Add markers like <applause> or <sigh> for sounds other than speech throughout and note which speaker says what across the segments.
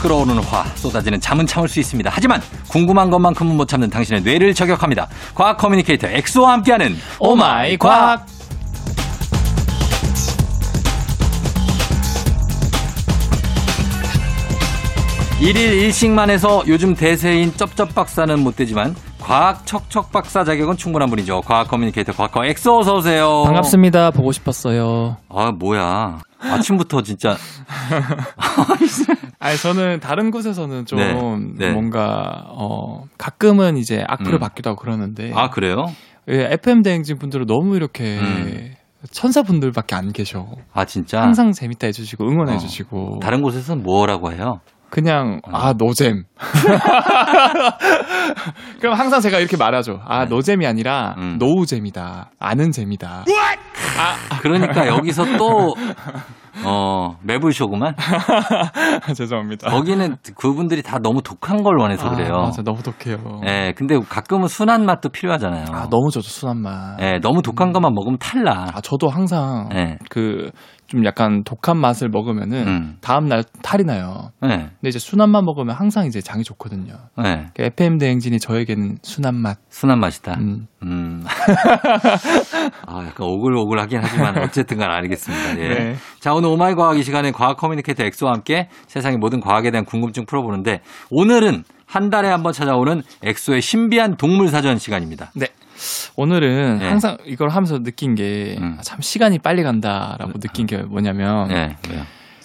Speaker 1: 끓어오르는 화, 쏟아지는 잠은 참을 수 있습니다. 하지만 궁금한 것만큼은 못 참는 당신의 뇌를 저격합니다. 과학 커뮤니케이터 엑소와 함께하는 오마이 과학. 일일 일식만 해서 요즘 대세인 쩝쩝 박사는 못 되지만 과학 척척 박사 자격은 충분한 분이죠. 과학 커뮤니케이터 과거 엑소 어서 오세요.
Speaker 2: 반갑습니다. 보고 싶었어요.
Speaker 1: 아 뭐야 아침부터 진짜
Speaker 2: 아니 저는 다른 곳에서는 좀
Speaker 1: 네, 네.
Speaker 2: 뭔가 어 가끔은 이제 악플을
Speaker 1: 음.
Speaker 2: 받기도 하고 그러는데
Speaker 1: 아 그래요?
Speaker 2: 예, FM 대행진 분들은 너무 이렇게
Speaker 1: 음.
Speaker 2: 천사분들밖에 안 계셔.
Speaker 1: 아 진짜
Speaker 2: 항상 재밌다 해주시고
Speaker 1: 어.
Speaker 2: 응원해주시고
Speaker 1: 다른 어. 곳에서는 뭐라고 해요?
Speaker 2: 그냥 아 노잼. <laughs> 그럼 항상 제가 이렇게 말하죠. 아 노잼이 아니라
Speaker 1: 네. 음. 뭐?
Speaker 2: 노우잼이다. 아는 재미다.
Speaker 1: 그러니까 여기서 또 어, 매불쇼구만.
Speaker 2: <laughs> 죄송합니다.
Speaker 1: 거기는 그분들이 다 너무 독한 걸 원해서 어, 그래요.
Speaker 2: 아, 맞아 너무 독해요.
Speaker 1: 예, 근데 가끔은 순한 맛도 필요하잖아요.
Speaker 2: 아 너무 좋죠 순한 맛.
Speaker 1: 예, 너무 독한 것만 먹으면 탈나.
Speaker 2: 아 저도 항상
Speaker 1: 예.
Speaker 2: 그 좀 약간 독한 맛을 먹으면은
Speaker 1: 음.
Speaker 2: 다음 날 탈이 나요.
Speaker 1: 예.
Speaker 2: 근데 이제 순한 맛 먹으면 항상 이제 장이 좋거든요.
Speaker 1: 예.
Speaker 2: 그 FM 대행진이 저에게는 순한 맛.
Speaker 1: 순한 맛이다.
Speaker 2: 음. <laughs>
Speaker 1: 음. 아, 약간 오글오글하긴 하지만 어쨌든 간 알겠습니다. 예.
Speaker 2: 네.
Speaker 1: 자, 오늘 오마이 과학 이 시간에 과학 커뮤니케이터 엑소와 함께 세상의 모든 과학에 대한 궁금증 풀어보는데 오늘은 한 달에 한 번 찾아오는 엑소의 신비한 동물 사전 시간입니다.
Speaker 2: 오늘은
Speaker 1: 네.
Speaker 2: 항상 이걸 하면서 느낀 게 아,
Speaker 1: 음.
Speaker 2: 참 시간이 빨리 간다라고 느낀 게 뭐냐면
Speaker 1: 예. 왜요?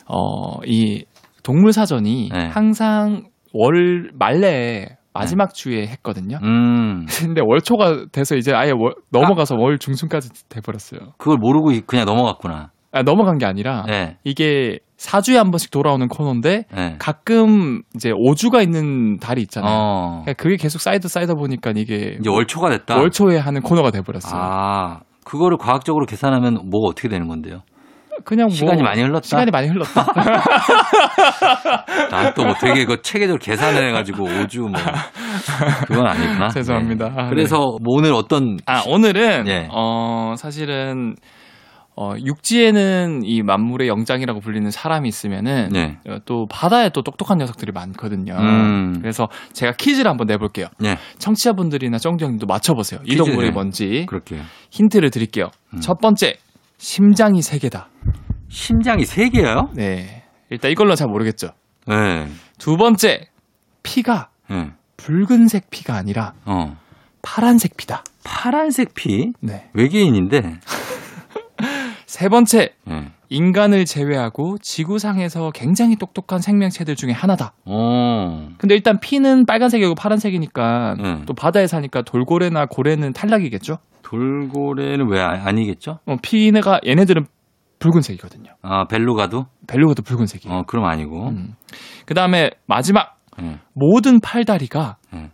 Speaker 2: 어, 이 동물 사전이
Speaker 1: 네.
Speaker 2: 항상 월 말레 마지막 주에 했거든요.
Speaker 1: 음.
Speaker 2: 근데 월초가 돼서 이제 아예 월- 넘어가서 월 중순까지 돼버렸어요.
Speaker 1: 그걸 모르고 그냥 넘어갔구나.
Speaker 2: 아, 넘어간 게 아니라
Speaker 1: 예.
Speaker 2: 이게 4주에 한 번씩 돌아오는 코너인데
Speaker 1: 예.
Speaker 2: 가끔 이제 5주가 있는 달이 있잖아요.
Speaker 1: 어.
Speaker 2: 그러니까 그게 계속 쌓이다 쌓이다 보니까 이게
Speaker 1: 이제 월초가 됐다.
Speaker 2: 월초에 하는 코너가 돼버렸어요.
Speaker 1: 아, 그거를 과학적으로 계산하면 뭐가 어떻게 되는 건데요?
Speaker 2: 그냥 뭐
Speaker 1: 시간이 많이 흘렀다. 네.
Speaker 2: 시간이
Speaker 1: <laughs>
Speaker 2: 많이 흘렀다.
Speaker 1: 난또뭐 되게 그 체계적으로 계산을 해가지고 오주
Speaker 2: <laughs>
Speaker 1: 뭐 그건 아니구나.
Speaker 2: 죄송합니다.
Speaker 1: 네.
Speaker 2: 아, 네.
Speaker 1: 그래서 뭐 오늘 어떤
Speaker 2: 아 오늘은
Speaker 1: 예.
Speaker 2: 어 사실은 어 육지에는 이 만물의 영장이라고 불리는 사람이 있으면은
Speaker 1: 네.
Speaker 2: 어, 또 바다에 또 똑똑한 녀석들이 많거든요.
Speaker 1: 음.
Speaker 2: 그래서 제가 퀴즈를 한번 내볼게요.
Speaker 1: 예.
Speaker 2: 청취자분들이나 정경님도 맞춰보세요. 이
Speaker 1: 퀴즈,
Speaker 2: 동물이
Speaker 1: 예.
Speaker 2: 뭔지
Speaker 1: 그렇게
Speaker 2: 힌트를 드릴게요.
Speaker 1: 음.
Speaker 2: 첫 번째 심장이 세 개다.
Speaker 1: 심장이 세 개예요?
Speaker 2: 네. 일단 이걸로 잘 모르겠죠.
Speaker 1: 네.
Speaker 2: 두 번째 피가
Speaker 1: 네.
Speaker 2: 붉은색 피가 아니라
Speaker 1: 어.
Speaker 2: 파란색 피다.
Speaker 1: 파란색 피
Speaker 2: 네.
Speaker 1: 외계인인데.
Speaker 2: 세 번째
Speaker 1: 네.
Speaker 2: 인간을 제외하고 지구상에서 굉장히 똑똑한 생명체들 중에 하나다.
Speaker 1: 어.
Speaker 2: 근데 일단 피는 빨간색이고 파란색이니까
Speaker 1: 네.
Speaker 2: 또 바다에 사니까 돌고래나 고래는 탈락이겠죠?
Speaker 1: 돌고래는 왜 아- 아니겠죠?
Speaker 2: 어, 피가 얘네들은 붉은색이거든요.
Speaker 1: 아 벨루가도?
Speaker 2: 벨루가도 붉은색이에요.
Speaker 1: 어 그럼 아니고.
Speaker 2: 예. 음. 그다음에 마지막
Speaker 1: 네.
Speaker 2: 모든 팔다리가
Speaker 1: 네.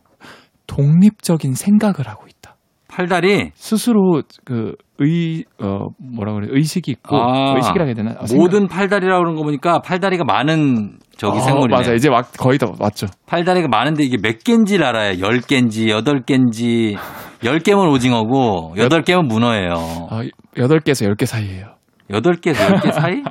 Speaker 2: 독립적인 생각을 하고 있다.
Speaker 1: 팔다리
Speaker 2: 스스로 그 그의어 뭐라 그래 의식이 있고
Speaker 1: 아.
Speaker 2: 의식이라 해야 되나? 아, 생각.
Speaker 1: 모든 팔다리라고 그런 거 보니까 팔다리가 많은 저기
Speaker 2: 어,
Speaker 1: 생물이네. 어.
Speaker 2: 맞아 이제 막 거의 다 맞죠.
Speaker 1: 팔다리가 많은데 이게 몇 개인지를 알아요. 열 개인지, 여덟 개인지, 열 개면 오징어고, 여덟 개면 문어예요.
Speaker 2: 아, 8개에서 10개 사이예요.
Speaker 1: 여덟 개에서 열 개
Speaker 2: <laughs>
Speaker 1: 사이? 음.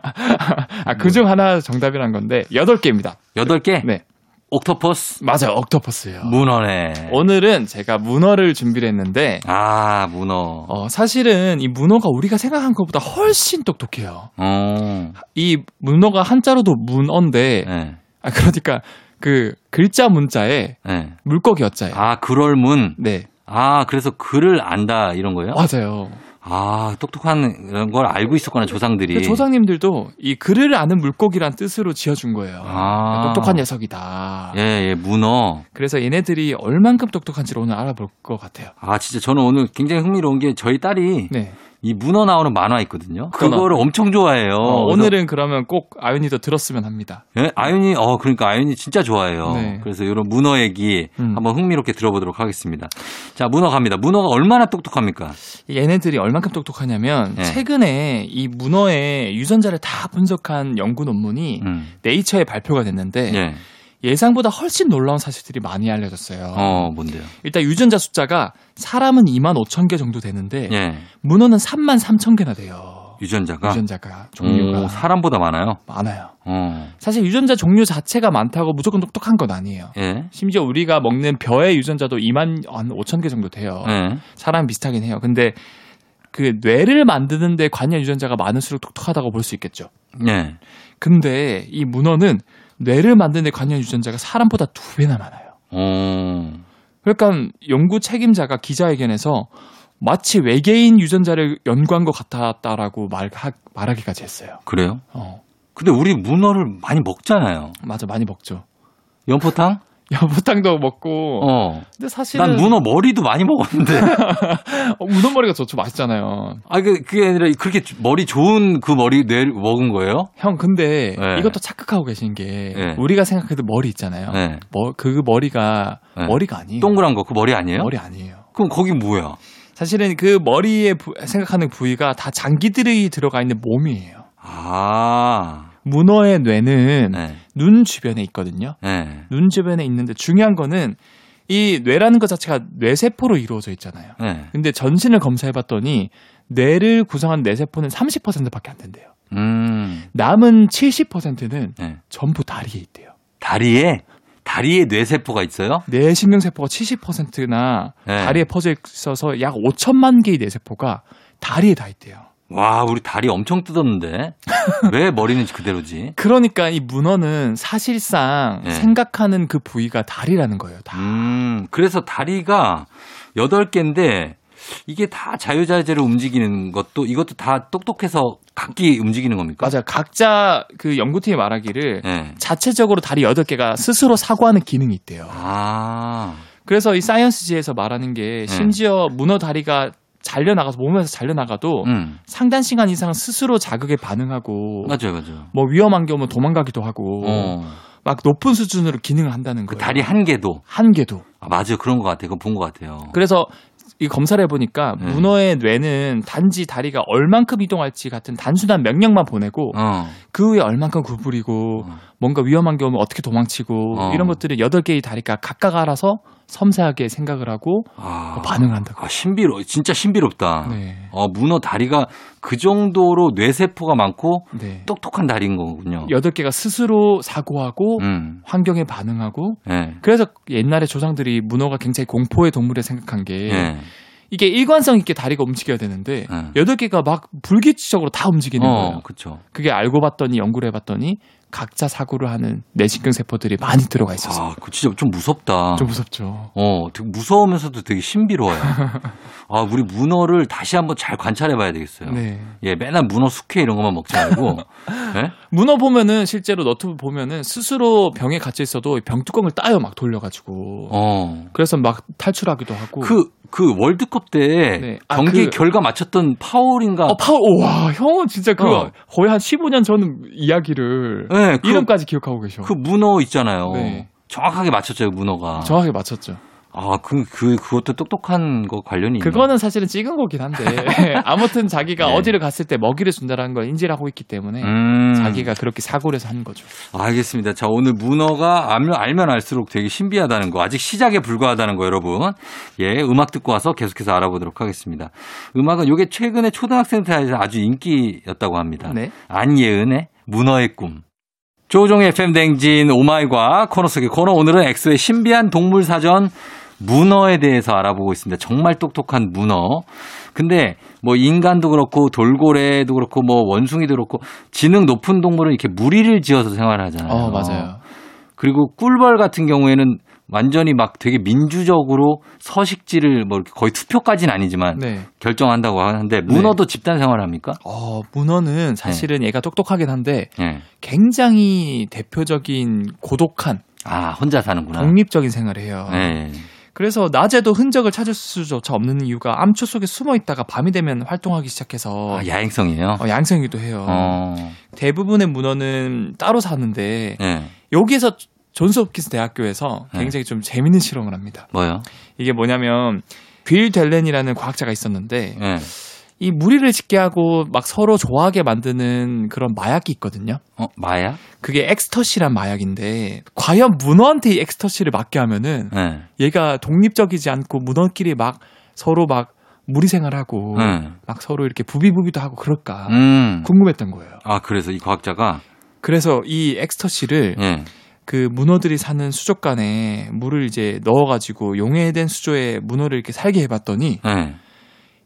Speaker 2: 아, 그 중 하나 정답이란 건데, 8개입니다.
Speaker 1: 여덟 개?
Speaker 2: 네.
Speaker 1: 옥토퍼스?
Speaker 2: 맞아요. 옥토퍼스예요.
Speaker 1: 문어네.
Speaker 2: 오늘은 제가 문어를 준비를 했는데,
Speaker 1: 아, 문어.
Speaker 2: 어, 사실은 이 문어가 우리가 생각한 것보다 훨씬 똑똑해요.
Speaker 1: 어.
Speaker 2: 이 문어가 한자로도 문어인데,
Speaker 1: 네.
Speaker 2: 아, 그러니까 그 글자 문자에
Speaker 1: 네.
Speaker 2: 물고기 어자예요.
Speaker 1: 아, 그럴 문.
Speaker 2: 네.
Speaker 1: 아, 그래서 글을 안다, 이런 거예요?
Speaker 2: 어? 맞아요.
Speaker 1: 아, 똑똑한 이런 걸 알고 있었구나,
Speaker 2: 그
Speaker 1: 조상들이.
Speaker 2: 조상님들도 이 글을 아는 물고기란 뜻으로 지어준 거예요.
Speaker 1: 아.
Speaker 2: 똑똑한 녀석이다.
Speaker 1: 예, 예, 문어.
Speaker 2: 그래서 얘네들이 얼만큼 똑똑한지를 오늘 알아볼 것 같아요.
Speaker 1: 아, 진짜 저는 오늘 굉장히 흥미로운 게 저희 딸이
Speaker 2: 네.
Speaker 1: 이 문어 나오는 만화 있거든요.
Speaker 2: 문어.
Speaker 1: 그거를 엄청 좋아해요. 그래서
Speaker 2: 어, 오늘은 그러면 꼭 아윤이도 들었으면 합니다.
Speaker 1: 예, 아윤이, 어, 그러니까 아윤이 진짜 좋아해요.
Speaker 2: 네.
Speaker 1: 그래서 이런 문어 얘기
Speaker 2: 음.
Speaker 1: 한번 흥미롭게 들어보도록 하겠습니다. 자, 문어 갑니다. 문어가 얼마나 똑똑합니까?
Speaker 2: 얘네들이 얼만큼 똑똑하냐면
Speaker 1: 네.
Speaker 2: 최근에 이 문어의 유전자를 다 분석한 연구 논문이
Speaker 1: 음.
Speaker 2: 네이처에 발표가 됐는데
Speaker 1: 예.
Speaker 2: 예상보다 훨씬 놀라운 사실들이 많이 알려졌어요.
Speaker 1: 어, 뭔데요?
Speaker 2: 일단 유전자 숫자가 사람은 2만 5천 개 정도 되는데
Speaker 1: 예.
Speaker 2: 문어는 3만 3천 개나 돼요.
Speaker 1: 유전자가
Speaker 2: 유전자가 종류가
Speaker 1: 오, 아, 사람보다 많아요.
Speaker 2: 많아요.
Speaker 1: 어.
Speaker 2: 사실 유전자 종류 자체가 많다고 무조건 똑똑한 건 아니에요.
Speaker 1: 예.
Speaker 2: 심지어 우리가 먹는 벼의 유전자도 2만 한 5천 개 정도 돼요.
Speaker 1: 예.
Speaker 2: 사람 비슷하긴 해요. 근데 그 뇌를 만드는데 관여 유전자가 많을수록 똑똑하다고 볼 수 있겠죠.
Speaker 1: 예.
Speaker 2: 근데 이 문어는 뇌를 만드는데 관여 유전자가 사람보다 두 배나 많아요.
Speaker 1: 어.
Speaker 2: 그러니까 연구 책임자가 기자회견에서 마치 외계인 유전자를 연구한 것 같았다라고 말, 말하기까지 했어요.
Speaker 1: 그래요?
Speaker 2: 어,
Speaker 1: 근데 우리 문어를 많이 먹잖아요.
Speaker 2: 맞아, 많이 먹죠. <laughs>
Speaker 1: 연포탕?
Speaker 2: 연포탕도 먹고.
Speaker 1: 어.
Speaker 2: 근데 사실은
Speaker 1: 난 문어 머리도 많이 먹었는데.
Speaker 2: 어, 문어머리가 좋죠, 맛있잖아요.
Speaker 1: 아, 그, 그게 아니라 그렇게 머리 좋은 그 머리 뇌 먹은 거예요?
Speaker 2: 형, 근데
Speaker 1: 네.
Speaker 2: 이것도 착각하고 계신 게
Speaker 1: 네.
Speaker 2: 우리가 생각해도 머리 있잖아요.
Speaker 1: 예.
Speaker 2: 머, 그 머리가
Speaker 1: 네.
Speaker 2: 머리가 아니에요.
Speaker 1: 동그란 거, 그 머리 아니에요?
Speaker 2: 머리 아니에요.
Speaker 1: 그럼 거기 뭐야?
Speaker 2: 사실은 그 머리에 부- 생각하는 부위가 다 장기들이 들어가 있는 몸이에요.
Speaker 1: 아.
Speaker 2: 문어의 뇌는
Speaker 1: 네.
Speaker 2: 눈 주변에 있거든요.
Speaker 1: 네.
Speaker 2: 눈 주변에 있는데 중요한 거는 이 뇌라는 것 자체가 뇌세포로 이루어져 있잖아요.
Speaker 1: 네.
Speaker 2: 근데 전신을 검사해봤더니 뇌를 구성한 뇌세포는 30%밖에 안 된대요.
Speaker 1: 음.
Speaker 2: 남은 70%는
Speaker 1: 네.
Speaker 2: 전부 다리에 있대요.
Speaker 1: 다리에 다리에 뇌세포가 있어요?
Speaker 2: 뇌 신경세포가 70%나
Speaker 1: 네.
Speaker 2: 다리에 퍼져 있어서 약 5천만 개의 뇌세포가 다리에 다 있대요.
Speaker 1: 와, 우리 다리 엄청 뜯었는데 왜 머리는 그대로지?
Speaker 2: 그러니까 이 문어는 사실상
Speaker 1: 네.
Speaker 2: 생각하는 그 부위가 다리라는 거예요. 다.
Speaker 1: 음, 그래서 다리가 여덟 개인데 이게 다 자유자재로 움직이는 것도 이것도 다 똑똑해서 각기 움직이는 겁니까?
Speaker 2: 맞아요. 각자 그 연구팀이 말하기를
Speaker 1: 예.
Speaker 2: 자체적으로 다리 8개가 스스로 사고하는 기능이 있대요.
Speaker 1: 아,
Speaker 2: 그래서 이 사이언스지에서 말하는
Speaker 1: 음.
Speaker 2: 게 심지어 문어 다리가 잘려나가서 몸에서 잘려나가도
Speaker 1: 음,
Speaker 2: 상당 시간 이상 스스로 자극에 반응하고
Speaker 1: 맞아요, 맞아요.
Speaker 2: 뭐 위험한 경우 도망가기도 하고
Speaker 1: 어,
Speaker 2: 막 높은 수준으로 기능을 한다는
Speaker 1: 그
Speaker 2: 거예요.
Speaker 1: 다리 한 개도
Speaker 2: 한 개도.
Speaker 1: 아, 맞아요, 그런 것 같아요. 그거 본 것 같아요.
Speaker 2: 그래서 이 검사를 해보니까
Speaker 1: 네.
Speaker 2: 문어의 뇌는 단지 다리가 얼만큼 이동할지 같은 단순한 명령만 보내고
Speaker 1: 어,
Speaker 2: 그 후에 얼만큼 구부리고
Speaker 1: 어.
Speaker 2: 뭔가 위험한 경우 어떻게 도망치고
Speaker 1: 어.
Speaker 2: 이런 것들을 여덟 개의 다리가 각각 알아서 섬세하게 생각을 하고
Speaker 1: 아,
Speaker 2: 반응을 한다고.
Speaker 1: 아, 신비로, 진짜 신비롭다.
Speaker 2: 어, 네.
Speaker 1: 어, 문어 다리가 그 정도로 뇌세포가 많고
Speaker 2: 네.
Speaker 1: 똑똑한 다리인 거군요.
Speaker 2: 여덟 개가 스스로 사고하고
Speaker 1: 음,
Speaker 2: 환경에 반응하고
Speaker 1: 예,
Speaker 2: 그래서 옛날에 조상들이 문어가 굉장히 공포의 동물에 생각한 게
Speaker 1: 예.
Speaker 2: 이게 일관성 있게 다리가 움직여야 되는데
Speaker 1: 예.
Speaker 2: 여덟 개가 막 불규칙적으로 다 움직이는
Speaker 1: 어,
Speaker 2: 거예요.
Speaker 1: 그렇죠.
Speaker 2: 그게 알고 봤더니 연구를 해봤더니 각자 사고를 하는 뇌신경 세포들이 많이 들어가 있어서
Speaker 1: 아, 그 진짜 좀 무섭다.
Speaker 2: 좀 무섭죠.
Speaker 1: 어, 되게 무서우면서도 되게
Speaker 2: <laughs>
Speaker 1: 신비로워요. 아, 우리 문어를 다시 한번 잘 관찰해 봐야 되겠어요.
Speaker 2: 네.
Speaker 1: 예, 맨날 문어 숙회 이런 것만 먹지
Speaker 2: <laughs>
Speaker 1: 말고. 예?
Speaker 2: 문어 보면은 실제로 너튜브 보면은 스스로 병에 갇혀 있어도 병 뚜껑을 따요 막 돌려가지고
Speaker 1: 어.
Speaker 2: 그래서 막 탈출하기도 하고
Speaker 1: 그, 그 월드컵 때
Speaker 2: 네. 아,
Speaker 1: 경기
Speaker 2: 그-
Speaker 1: 결과 맞췄던 파울인가.
Speaker 2: 어, 파울 와 형은 진짜 그
Speaker 1: 어.
Speaker 2: 거 거의 한 15년 전 이야기를
Speaker 1: 예, 그,
Speaker 2: 이름까지 기억하고 계셔.
Speaker 1: 그 문어 있잖아요.
Speaker 2: 네.
Speaker 1: 정확하게 맞췄죠, 문어가.
Speaker 2: 정확하게 맞췄죠.
Speaker 1: 아, 그, 그, 그것도 똑똑한 거 관련이 있네.
Speaker 2: 그거는 사실은 찍은 거긴 한데 <laughs> 아무튼 자기가
Speaker 1: 네.
Speaker 2: 어디를 갔을 때 먹이를 준다라는 걸 인지를 하고 있기 때문에
Speaker 1: 음.
Speaker 2: 네. 자기가 그렇게 사고를 해서 한 거죠.
Speaker 1: 알겠습니다. 자, 오늘 문어가 알면, 알면 알수록 되게 신비하다는 거, 아직 시작에 불과하다는 거, 여러분. 예, 음악 듣고 와서 계속해서 알아보도록 하겠습니다. 음악은 요게 최근에 초등학생 사이에서 아주 인기였다고 합니다.
Speaker 2: 네.
Speaker 1: 안예은의 문어의 꿈. 조종의 FM 댕진 오마이과 코너 속의 코너 오늘은 엑소의 신비한 동물 사전 문어에 대해서 알아보고 있습니다. 정말 똑똑한 문어. 근데 뭐 인간도 그렇고 돌고래도 그렇고 뭐 원숭이도 그렇고 지능 높은 동물은 이렇게 무리를 지어서 생활을 하잖아요.
Speaker 2: 어 맞아요.
Speaker 1: 그리고 꿀벌 같은 경우에는 완전히 막 되게 민주적으로 서식지를 뭐 이렇게 거의 투표까지는 아니지만
Speaker 2: 네.
Speaker 1: 결정한다고 하는데 문어도 집단 생활을 합니까?
Speaker 2: 어 문어는 사실은 얘가 똑똑하긴 한데
Speaker 1: 예.
Speaker 2: 굉장히 대표적인 고독한
Speaker 1: 아, 혼자 사는구나.
Speaker 2: 독립적인 생활을 해요.
Speaker 1: 예.
Speaker 2: 그래서 낮에도 흔적을 찾을 수조차 없는 이유가 암초 속에 숨어 있다가 밤이 되면 활동하기 시작해서
Speaker 1: 아, 야행성이에요.
Speaker 2: 어, 양성이기도 해요.
Speaker 1: 어.
Speaker 2: 대부분의 문어는 따로 사는데
Speaker 1: 예.
Speaker 2: 여기에서 존스홉킨스 대학교에서
Speaker 1: 네.
Speaker 2: 굉장히 좀 재밌는 실험을 합니다.
Speaker 1: 뭐요?
Speaker 2: 이게 뭐냐면 빌 델렌이라는 과학자가 있었는데
Speaker 1: 예.
Speaker 2: 이 무리를 짓게 하고 막 서로 좋아하게 만드는 그런 마약이 있거든요.
Speaker 1: 어, 마야?
Speaker 2: 그게 엑스터시란 마약인데 과연 문어한테 이 엑스터시를 맞게 하면은
Speaker 1: 예.
Speaker 2: 얘가 독립적이지 않고 문어끼리 막 서로 막 무리 생활하고
Speaker 1: 네.
Speaker 2: 막 서로 이렇게 부비부비도 아. 하고 그럴까
Speaker 1: 음.
Speaker 2: 궁금했던 거예요.
Speaker 1: 아, 그래서 이 과학자가
Speaker 2: 그래서 이 엑스터시를
Speaker 1: 예.
Speaker 2: 그 문어들이 사는 수족관에 물을 이제 넣어가지고 용해된 수조에 문어를 이렇게 살게 해봤더니
Speaker 1: 예.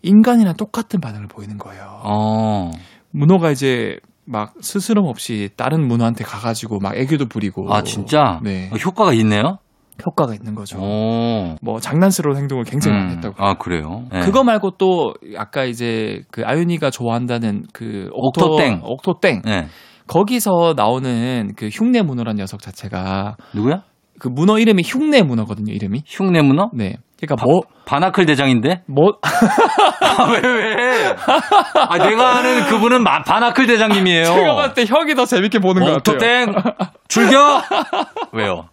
Speaker 2: 인간이랑 똑같은 반응을 보이는 거예요.
Speaker 1: 어.
Speaker 2: 문어가 이제 막 스스럼 없이 다른 문어한테 가가지고 막 애교도 부리고
Speaker 1: 아, 진짜?
Speaker 2: 네
Speaker 1: 어, 효과가 있네요?
Speaker 2: 효과가 있는 거죠.
Speaker 1: 오.
Speaker 2: 뭐 장난스러운 행동을 굉장히 많이
Speaker 1: 음.
Speaker 2: 했다고.
Speaker 1: 아, 그래요? 예.
Speaker 2: 그거 말고 또 아까 이제 그 아윤이가 좋아한다는 그 옥토,
Speaker 1: 옥토땡.
Speaker 2: 옥토땡
Speaker 1: 예.
Speaker 2: 거기서 나오는 그 흉내 문어란 녀석 자체가
Speaker 1: 누구야?
Speaker 2: 그 문어 이름이 흉내 문어거든요 이름이.
Speaker 1: 흉내 문어?
Speaker 2: 네. 그러니까
Speaker 1: 바-
Speaker 2: 뭐
Speaker 1: 바나클 대장인데?
Speaker 2: <laughs> 뭐,
Speaker 1: 아, 왜, 왜? 아, 내가 아는 그분은 마- 바나클 대장님이에요.
Speaker 2: 제가 봤을 때 형이 더 재밌게 보는 것 같아요.
Speaker 1: 옥토땡!
Speaker 2: <laughs>
Speaker 1: 줄겨! 왜요?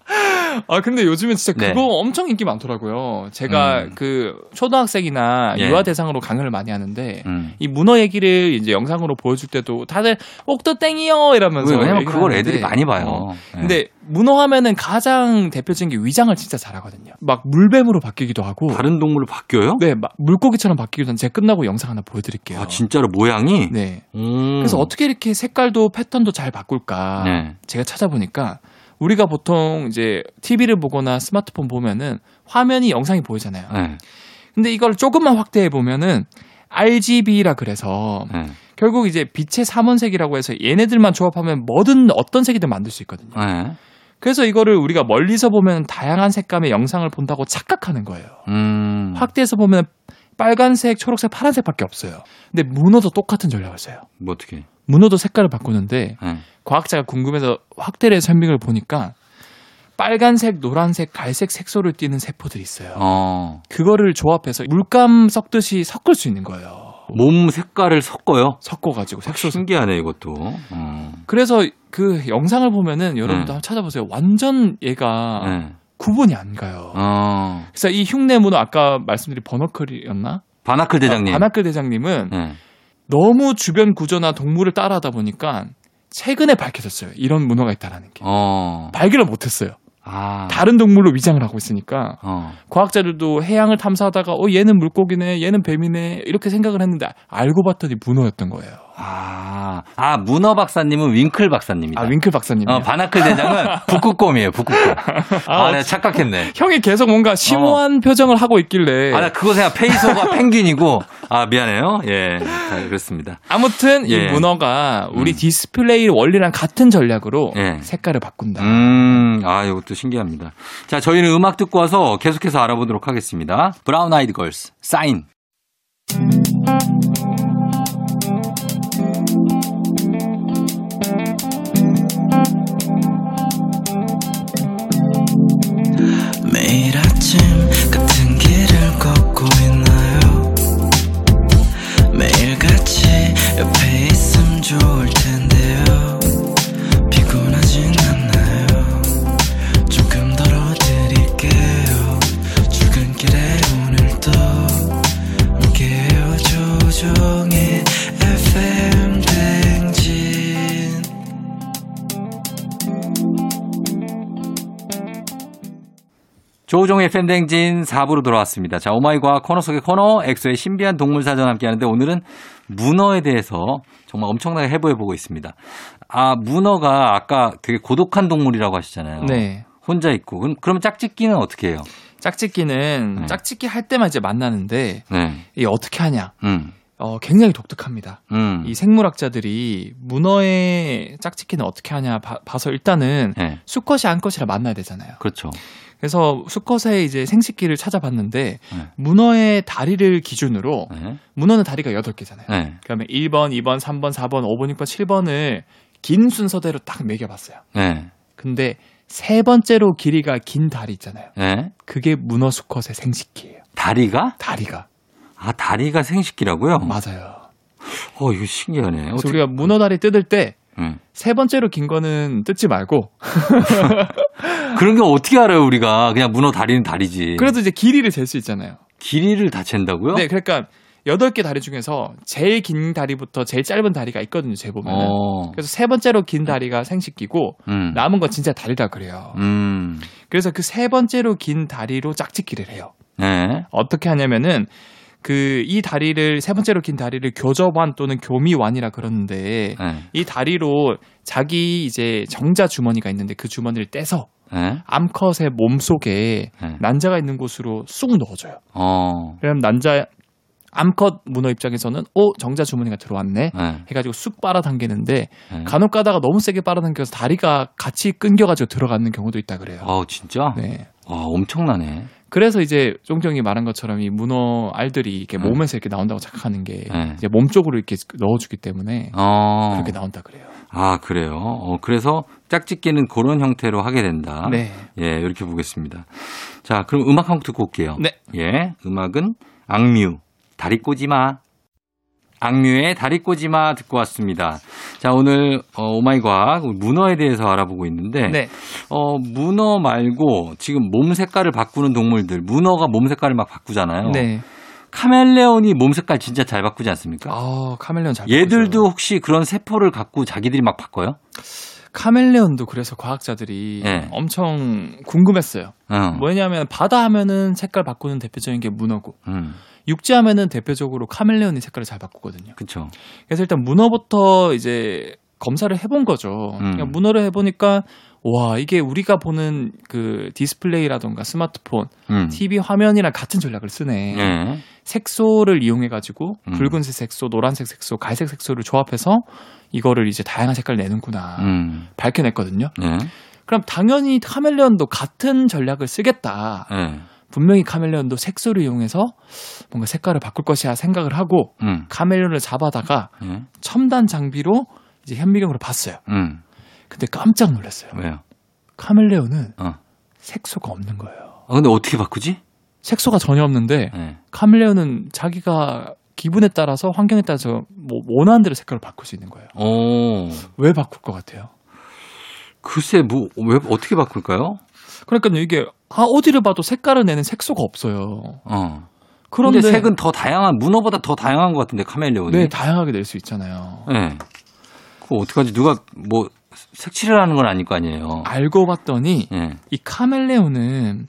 Speaker 2: 아 근데 요즘에 진짜
Speaker 1: 네.
Speaker 2: 그거 엄청 인기 많더라고요. 제가
Speaker 1: 음.
Speaker 2: 그 초등학생이나
Speaker 1: 예.
Speaker 2: 유아 대상으로 강연을 많이 하는데
Speaker 1: 음.
Speaker 2: 이 문어 얘기를 이제 영상으로 보여줄 때도 다들 옥토땡이요 이러면서
Speaker 1: 왜, 왜냐면
Speaker 2: 얘기를
Speaker 1: 그걸
Speaker 2: 하는데
Speaker 1: 애들이 많이 봐요.
Speaker 2: 어,
Speaker 1: 예.
Speaker 2: 근데 문어 하면은 가장 대표적인 게 위장을 진짜 잘하거든요. 막 물뱀으로 바뀌기도 하고
Speaker 1: 다른 동물로 바뀌어요?
Speaker 2: 네, 막 물고기처럼 바뀌기도 하는 제가 끝나고 영상 하나 보여드릴게요.
Speaker 1: 아, 진짜로 모양이?
Speaker 2: 네.
Speaker 1: 음.
Speaker 2: 그래서 어떻게 이렇게 색깔도 패턴도 잘 바꿀까?
Speaker 1: 네.
Speaker 2: 제가 찾아보니까 우리가 보통 이제 TV를 보거나 스마트폰 보면은 화면이 영상이 보이잖아요.
Speaker 1: 네.
Speaker 2: 근데 이걸 조금만 확대해 보면은 RGB라 그래서
Speaker 1: 네.
Speaker 2: 결국 이제 빛의 삼원색이라고 해서 얘네들만 조합하면 뭐든 어떤 색이든 만들 수 있거든요.
Speaker 1: 네.
Speaker 2: 그래서 이거를 우리가 멀리서 보면 다양한 색감의 영상을 본다고 착각하는 거예요.
Speaker 1: 음.
Speaker 2: 확대해서 보면 빨간색, 초록색, 파란색밖에 없어요. 근데 문어도 똑같은 전략을 써요.
Speaker 1: 뭐 어떻게?
Speaker 2: 문어도 색깔을 바꾸는데
Speaker 1: 네.
Speaker 2: 과학자가 궁금해서 확대를 해서 설명을 보니까 빨간색, 노란색, 갈색 색소를 띠는 세포들이 있어요.
Speaker 1: 어.
Speaker 2: 그거를 조합해서 물감 섞듯이 섞을 수 있는 거예요.
Speaker 1: 몸 색깔을 섞어요.
Speaker 2: 섞어가지고 색소.
Speaker 1: 신기하네 이것도. 어.
Speaker 2: 그래서 그 영상을 보면은 여러분도
Speaker 1: 네.
Speaker 2: 한번 찾아보세요. 완전 얘가
Speaker 1: 네.
Speaker 2: 구분이 안 가요.
Speaker 1: 어.
Speaker 2: 그래서 이 흉내 문어 아까 말씀드린 버너클이었나?
Speaker 1: 바나클 대장님.
Speaker 2: 아, 바나클 대장님은
Speaker 1: 네.
Speaker 2: 너무 주변 구조나 동물을 따라하다 보니까 최근에 밝혀졌어요. 이런 문어가 있다라는 게.
Speaker 1: 어.
Speaker 2: 발견을 못했어요.
Speaker 1: 아.
Speaker 2: 다른 동물로 위장을 하고 있으니까
Speaker 1: 어.
Speaker 2: 과학자들도 해양을 탐사하다가 어 얘는 물고기네, 얘는 뱀이네 이렇게 생각을 했는데 알고 봤더니 문어였던 거예요.
Speaker 1: 아. 아, 문어 박사님은 윙클 박사님이다.
Speaker 2: 아 윙클 박사님.
Speaker 1: 어, 바나클 대장은
Speaker 2: <laughs>
Speaker 1: 북극곰이에요, 북극곰. 아, 내가 착각했네.
Speaker 2: 어,
Speaker 1: 어.
Speaker 2: 형이 계속 뭔가 심오한 표정을 하고 있길래
Speaker 1: 아, 나 그거 생각, 페이소가 펭귄이고. 아, 미안해요. 예. 다 그렇습니다.
Speaker 2: 아무튼
Speaker 1: 예.
Speaker 2: 이 문어가 우리
Speaker 1: 음.
Speaker 2: 디스플레이 원리랑 같은 전략으로
Speaker 1: 예.
Speaker 2: 색깔을 바꾼다.
Speaker 1: 음, 아, 이것도 신기합니다. 자, 저희는 음악 듣고 와서 계속해서 알아보도록 하겠습니다. 브라운 아이드 걸스, 사인.
Speaker 3: 매일 아침 같은 길을 걷고 있나요 매일 같이 옆에 있음 좋을 텐데요 피곤하진 않나요 조금 덜어드릴게요 출근길에 오늘도 함께해요 조종의 FM 댕진
Speaker 1: 조종의 팬댕진 4부로 돌아왔습니다. 자, 오마이과 코너 속의 코너, 엑소의 신비한 동물 사전 함께 하는데 오늘은 문어에 대해서 정말 엄청나게 해부해 보고 있습니다. 아, 문어가 아까 되게 고독한 동물이라고 하시잖아요.
Speaker 2: 네.
Speaker 1: 혼자 있고. 그럼, 그럼 짝짓기는 어떻게 해요?
Speaker 2: 짝짓기는
Speaker 1: 네.
Speaker 2: 짝짓기 할 때만 이제 만나는데
Speaker 1: 네.
Speaker 2: 이 어떻게 하냐?
Speaker 1: 음.
Speaker 2: 어, 굉장히 독특합니다.
Speaker 1: 음.
Speaker 2: 이 생물학자들이 문어의 짝짓기는 어떻게 하냐 봐, 서 일단은
Speaker 1: 네.
Speaker 2: 수컷이 암컷이라 만나야 되잖아요.
Speaker 1: 그렇죠.
Speaker 2: 그래서 수컷의 이제 생식기를 찾아봤는데
Speaker 1: 네.
Speaker 2: 문어의 다리를 기준으로
Speaker 1: 네.
Speaker 2: 문어는 다리가 8개잖아요.
Speaker 1: 네.
Speaker 2: 그러면 1번, 2번, 3번, 4번, 5번, 6번, 7번을 긴 순서대로 딱 매겨 봤어요.
Speaker 1: 네.
Speaker 2: 근데 세 번째로 길이가 긴 다리 있잖아요.
Speaker 1: 네.
Speaker 2: 그게 문어 수컷의 생식기예요.
Speaker 1: 다리가?
Speaker 2: 다리가.
Speaker 1: 아, 다리가 생식기라고요?
Speaker 2: 맞아요.
Speaker 1: 어, 이거 신기하네.
Speaker 2: 그래서
Speaker 1: 어떻게-
Speaker 2: 우리가 문어 다리 뜯을 때 세
Speaker 1: 네.
Speaker 2: 번째로 긴 거는 뜯지 말고
Speaker 1: 그런 게 어떻게 알아요, 우리가? 그냥 문어 다리는 다리지.
Speaker 2: 그래도 이제 길이를 잴 수 있잖아요.
Speaker 1: 길이를 다 잰다고요?
Speaker 2: 네, 그러니까 여덟 개 다리 중에서 제일 긴 다리부터 제일 짧은 다리가 있거든요. 제 보면.
Speaker 1: 어.
Speaker 2: 그래서 세 번째로 긴 다리가 생식기고
Speaker 1: 음.
Speaker 2: 남은 건 진짜 다리다 그래요.
Speaker 1: 음.
Speaker 2: 그래서 그 세 번째로 긴 다리로 짝짓기를 해요.
Speaker 1: 네.
Speaker 2: 어떻게 하냐면은 그 이 다리를 세 번째로 긴 다리를 교접완 또는 교미완이라 그러는데
Speaker 1: 예.
Speaker 2: 이 다리로 자기 이제 정자 주머니가 있는데 그 주머니를 떼서
Speaker 1: 예.
Speaker 2: 암컷의 몸 속에
Speaker 1: 예.
Speaker 2: 난자가 있는 곳으로 쑥 넣어줘요.
Speaker 1: 어.
Speaker 2: 그럼 난자 암컷 문어 입장에서는 어 정자 주머니가 들어왔네
Speaker 1: 예.
Speaker 2: 해가지고 쑥 빨아당기는데
Speaker 1: 예.
Speaker 2: 간혹 가다가 너무 세게 빨아당겨서 다리가 같이 끊겨가지고 들어가는 경우도 있다 그래요.
Speaker 1: 아 진짜?
Speaker 2: 네. 예.
Speaker 1: 와 엄청나네.
Speaker 2: 그래서 이제 쫑정이 말한 것처럼 이 문어 알들이 이렇게
Speaker 1: 음.
Speaker 2: 몸에서 이렇게 나온다고 착각하는 게
Speaker 1: 네.
Speaker 2: 이제 몸 쪽으로 이렇게 넣어주기 때문에
Speaker 1: 어.
Speaker 2: 그렇게 나온다 그래요.
Speaker 1: 아 그래요. 어, 그래서 짝짓기는 그런 형태로 하게 된다.
Speaker 2: 네.
Speaker 1: 예, 이렇게 보겠습니다. 자, 그럼 음악 한 곡 듣고 올게요.
Speaker 2: 네.
Speaker 1: 예, 음악은 악뮤, 다리 꼬지 마. 악뮤의 다리 꼬지 마 듣고 왔습니다. 자, 오늘 어, 오마이과학 문어에 대해서 알아보고 있는데
Speaker 2: 네.
Speaker 1: 어, 문어 말고 지금 몸 색깔을 바꾸는 동물들, 문어가 몸 색깔을 막 바꾸잖아요.
Speaker 2: 네.
Speaker 1: 카멜레온이 몸 색깔 진짜 잘 바꾸지 않습니까?
Speaker 2: 아 카멜레온 잘.
Speaker 1: 얘들도
Speaker 2: 바꾸죠.
Speaker 1: 혹시 그런 세포를 갖고 자기들이 막 바꿔요?
Speaker 2: 카멜레온도 그래서 과학자들이
Speaker 1: 네.
Speaker 2: 엄청 궁금했어요.
Speaker 1: 어.
Speaker 2: 왜냐하면 바다 하면은 색깔 바꾸는 대표적인 게 문어고
Speaker 1: 음,
Speaker 2: 육지 하면은 대표적으로 카멜레온이 색깔을 잘 바꾸거든요.
Speaker 1: 그쵸.
Speaker 2: 그래서 일단 문어부터 이제 검사를 해본 거죠.
Speaker 1: 음.
Speaker 2: 그냥 문어를 해보니까 와 이게 우리가 보는 그 디스플레이라던가 스마트폰,
Speaker 1: 음.
Speaker 2: TV 화면이랑 같은 전략을 쓰네.
Speaker 1: 예.
Speaker 2: 색소를 이용해가지고
Speaker 1: 음.
Speaker 2: 붉은색 색소, 노란색 색소, 갈색 색소를 조합해서 이거를 이제 다양한 색깔 내는구나
Speaker 1: 음.
Speaker 2: 밝혀냈거든요.
Speaker 1: 예.
Speaker 2: 그럼 당연히 카멜레온도 같은 전략을 쓰겠다.
Speaker 1: 예.
Speaker 2: 분명히 카멜레온도 색소를 이용해서 뭔가 색깔을 바꿀 것이야 생각을 하고
Speaker 1: 음.
Speaker 2: 카멜레온을 잡아다가
Speaker 1: 예.
Speaker 2: 첨단 장비로 이제 현미경으로 봤어요.
Speaker 1: 음.
Speaker 2: 근데 깜짝 놀랐어요.
Speaker 1: 왜요?
Speaker 2: 카멜레온은
Speaker 1: 어.
Speaker 2: 색소가 없는 거예요.
Speaker 1: 아, 근데 어떻게 바꾸지?
Speaker 2: 색소가 전혀 없는데
Speaker 1: 예.
Speaker 2: 카멜레온은 자기가 기분에 따라서 환경에 따라서 뭐 원하는 대로 색깔을 바꿀 수 있는 거예요.
Speaker 1: 오.
Speaker 2: 왜 바꿀 것 같아요?
Speaker 1: 글쎄, 뭐, 왜, 어떻게 바꿀까요?
Speaker 2: 그러니까 이게 아 어디를 봐도 색깔을 내는 색소가 없어요.
Speaker 1: 어.
Speaker 2: 그런데
Speaker 1: 근데 색은 더 다양한, 문어보다 더 다양한 것 같은데, 카멜레온이.
Speaker 2: 네 다양하게 낼 수 있잖아요.
Speaker 1: 예. 그거 어떡하지? 누가 뭐, 색칠을 하는 건 아닐 거 아니에요.
Speaker 2: 알고 봤더니
Speaker 1: 예.
Speaker 2: 이 카멜레온은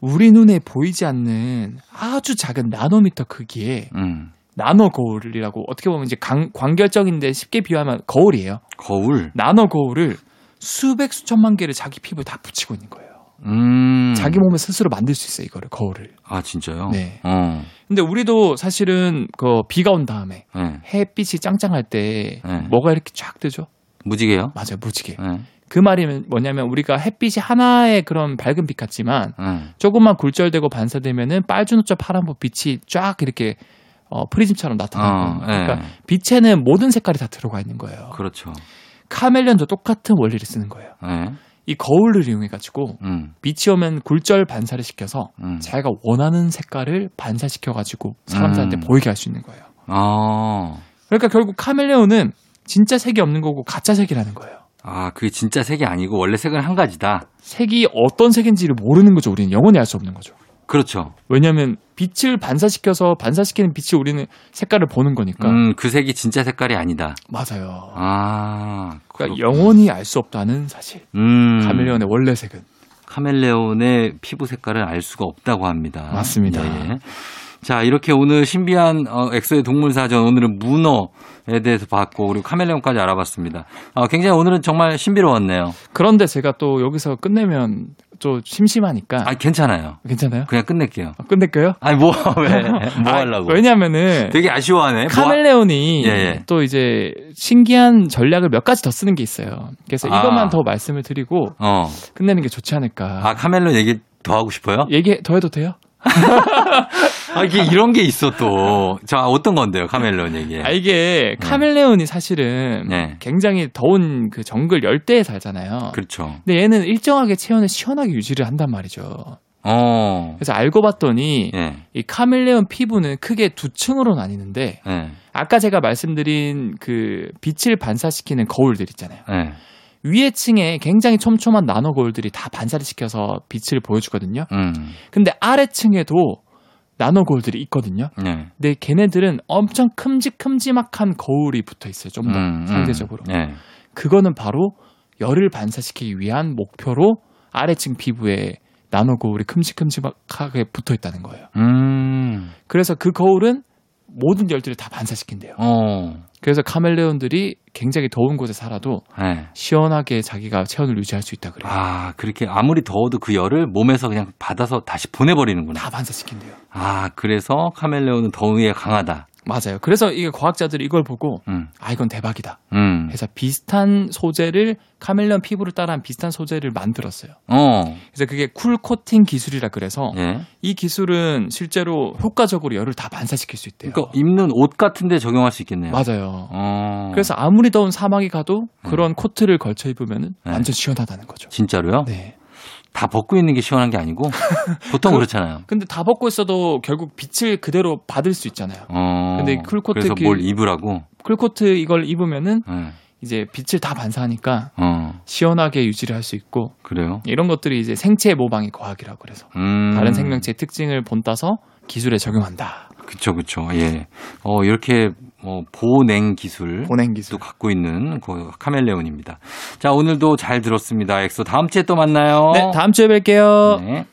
Speaker 2: 우리 눈에 보이지 않는 아주 작은 나노미터 크기의
Speaker 1: 음.
Speaker 2: 나노 거울이라고 어떻게 보면 이제 강- 광결적인데 쉽게 비유하면 거울이에요.
Speaker 1: 거울.
Speaker 2: 나노 거울을 수백 수천만 개를 자기 피부에 다 붙이고 있는 거예요.
Speaker 1: 음.
Speaker 2: 자기 몸에 스스로 만들 수 있어요, 이거를 거울을.
Speaker 1: 아, 진짜요?
Speaker 2: 네.
Speaker 1: 어.
Speaker 2: 근데 우리도 사실은 그 비가 온 다음에
Speaker 1: 예.
Speaker 2: 햇빛이 짱짱할 때
Speaker 1: 네.
Speaker 2: 뭐가 이렇게 쫙 뜨죠?
Speaker 1: 무지개요?
Speaker 2: 맞아요, 무지개.
Speaker 1: 예.
Speaker 2: 그 말이 뭐냐면 우리가 햇빛이 하나의 그런 밝은 빛 같지만
Speaker 1: 예.
Speaker 2: 조금만 굴절되고 반사되면은 빨주노초 파란보 빛이 쫙 이렇게 어, 프리즘처럼 나타나는
Speaker 1: 어,
Speaker 2: 거예요.
Speaker 1: 예.
Speaker 2: 그러니까 빛에는 모든 색깔이 다 들어가 있는 거예요.
Speaker 1: 그렇죠.
Speaker 2: 카멜레온도 똑같은 원리를 쓰는 거예요.
Speaker 1: 예.
Speaker 2: 이 거울을 이용해가지고
Speaker 1: 음.
Speaker 2: 빛이 오면 굴절 반사를 시켜서
Speaker 1: 음.
Speaker 2: 자기가 원하는 색깔을 반사시켜가지고 사람들한테
Speaker 1: 음.
Speaker 2: 보이게 할 수 있는 거예요.
Speaker 1: 아.
Speaker 2: 그러니까 결국 카멜레온은 진짜 색이 없는 거고 가짜 색이라는 거예요.
Speaker 1: 아, 그게 진짜 색이 아니고 원래 색은 한 가지다.
Speaker 2: 색이 어떤 색인지를 모르는 거죠. 우리는 영원히 알 수 없는 거죠.
Speaker 1: 그렇죠.
Speaker 2: 왜냐하면 빛을 반사시켜서 반사시키는 빛이 우리는 색깔을 보는 거니까
Speaker 1: 음, 그 색이 진짜 색깔이 아니다.
Speaker 2: 맞아요.
Speaker 1: 아,
Speaker 2: 그러니까
Speaker 1: 어. 그렇-
Speaker 2: 영원히 알 수 없다는 사실.
Speaker 1: 음,
Speaker 2: 카멜레온의 원래 색은
Speaker 1: 카멜레온의 피부 색깔을 알 수가 없다고 합니다.
Speaker 2: 맞습니다.
Speaker 1: 예, 예. 자, 이렇게 오늘 신비한 어, 엑소의 동물 사전 오늘은 문어에 대해서 봤고 그리고 카멜레온까지 알아봤습니다. 아, 굉장히 오늘은 정말 신비로웠네요.
Speaker 2: 그런데 제가 또 여기서 끝내면 좀 심심하니까
Speaker 1: 아, 괜찮아요.
Speaker 2: 괜찮아요?
Speaker 1: 그냥 끝낼게요.
Speaker 2: 아, 끝낼까요?
Speaker 1: 아니 <laughs> 뭐 왜? 뭐
Speaker 2: 아,
Speaker 1: 하려고?
Speaker 2: 왜냐면은
Speaker 1: 되게 아쉬워하네. 뭐 하-
Speaker 2: 카멜레온이
Speaker 1: 예, 예.
Speaker 2: 또 이제 신기한 전략을 몇 가지 더 쓰는 게 있어요. 그래서
Speaker 1: 아.
Speaker 2: 이것만 더 말씀을 드리고
Speaker 1: 어.
Speaker 2: 끝내는 게 좋지 않을까.
Speaker 1: 아, 카멜레온 얘기 더 하고 싶어요?
Speaker 2: 얘기 더 해도 돼요?
Speaker 1: 아, 이게 이런 게 있어 또. 자, 어떤 건데요? 카멜레온 얘기.
Speaker 2: 아
Speaker 1: 예.
Speaker 2: 이게 카멜레온이 사실은
Speaker 1: 네.
Speaker 2: 굉장히 더운 그 정글 열대에 살잖아요.
Speaker 1: 그렇죠.
Speaker 2: 근데 얘는 일정하게 체온을 시원하게 유지를 한단 말이죠.
Speaker 1: 어.
Speaker 2: 그래서 알고 봤더니
Speaker 1: 예.
Speaker 2: 이 카멜레온 피부는 크게 두 층으로 나뉘는데
Speaker 1: 예.
Speaker 2: 아까 제가 말씀드린 그 빛을 반사시키는 거울들 있잖아요.
Speaker 1: 예.
Speaker 2: 위에 층에 굉장히 촘촘한 나노 거울들이 다 반사를 시켜서 빛을 보여주거든요.
Speaker 1: 음.
Speaker 2: 근데 아래 층에도 나노 거울들이 있거든요.
Speaker 1: 예.
Speaker 2: 근데 걔네들은 엄청 큼직큼지막한 거울이 붙어 있어요. 좀 더
Speaker 1: 음, 음.
Speaker 2: 상대적으로.
Speaker 1: 예.
Speaker 2: 그거는 바로 열을 반사시키기 위한 목표로 아래층 피부에 나누고 우리 큼직큼직하게 붙어 있다는 거예요.
Speaker 1: 음,
Speaker 2: 그래서 그 거울은 모든 열들을 다 반사시킨대요.
Speaker 1: 어,
Speaker 2: 그래서 카멜레온들이 굉장히 더운 곳에 살아도
Speaker 1: 네.
Speaker 2: 시원하게 자기가 체온을 유지할 수 있다 그래요.
Speaker 1: 아, 그렇게 아무리 더워도 그 열을 몸에서 그냥 받아서 다시 보내버리는구나.
Speaker 2: 다 반사시킨대요.
Speaker 1: 아, 그래서 카멜레온은 더위에 강하다.
Speaker 2: 맞아요. 그래서 이게 과학자들이 이걸 보고
Speaker 1: 음,
Speaker 2: 아 이건 대박이다.
Speaker 1: 음,
Speaker 2: 그래서 비슷한 소재를 카멜레온 피부를 따라한 비슷한 소재를 만들었어요.
Speaker 1: 어,
Speaker 2: 그래서 그게 쿨 코팅 기술이라 그래서
Speaker 1: 예.
Speaker 2: 이 기술은 실제로 효과적으로 열을 다 반사시킬 수 있대요.
Speaker 1: 그러니까 입는 옷 같은데 적용할 수 있겠네요.
Speaker 2: 맞아요.
Speaker 1: 어, 음.
Speaker 2: 그래서 아무리 더운 사막에 가도 그런 코트를 걸쳐 입으면
Speaker 1: 네.
Speaker 2: 완전 시원하다는 거죠.
Speaker 1: 진짜로요?
Speaker 2: 네.
Speaker 1: 다 벗고 있는 게 시원한 게
Speaker 2: <laughs>
Speaker 1: 아니고 보통
Speaker 2: 그-
Speaker 1: 그렇잖아요.
Speaker 2: 근데 다 벗고 있어도 결국 빛을 그대로 받을 수 있잖아요.
Speaker 1: 어,
Speaker 2: 근데 쿨코트
Speaker 1: 그래서
Speaker 2: 기-
Speaker 1: 뭘 입으라고.
Speaker 2: 쿨코트 이걸 입으면은
Speaker 1: 예.
Speaker 2: 이제 빛을 다 반사하니까
Speaker 1: 어,
Speaker 2: 시원하게 유지를 할 수 있고
Speaker 1: 그래요.
Speaker 2: 이런 것들이 이제 생체 모방의 과학이라고 그래서
Speaker 1: 음,
Speaker 2: 다른 생명체의 특징을 본따서 기술에 적용한다.
Speaker 1: 그쵸, 그쵸. 예. 어, 이렇게 뭐 보냉 기술.
Speaker 2: 음? 보냉
Speaker 1: 또
Speaker 2: 기술.
Speaker 1: 갖고 있는 그 네, 카멜레온입니다. 자, 오늘도 잘 들었습니다. 엑소 다음 주에 또 만나요.
Speaker 2: 네, 다음 주에 뵐게요.
Speaker 1: 네.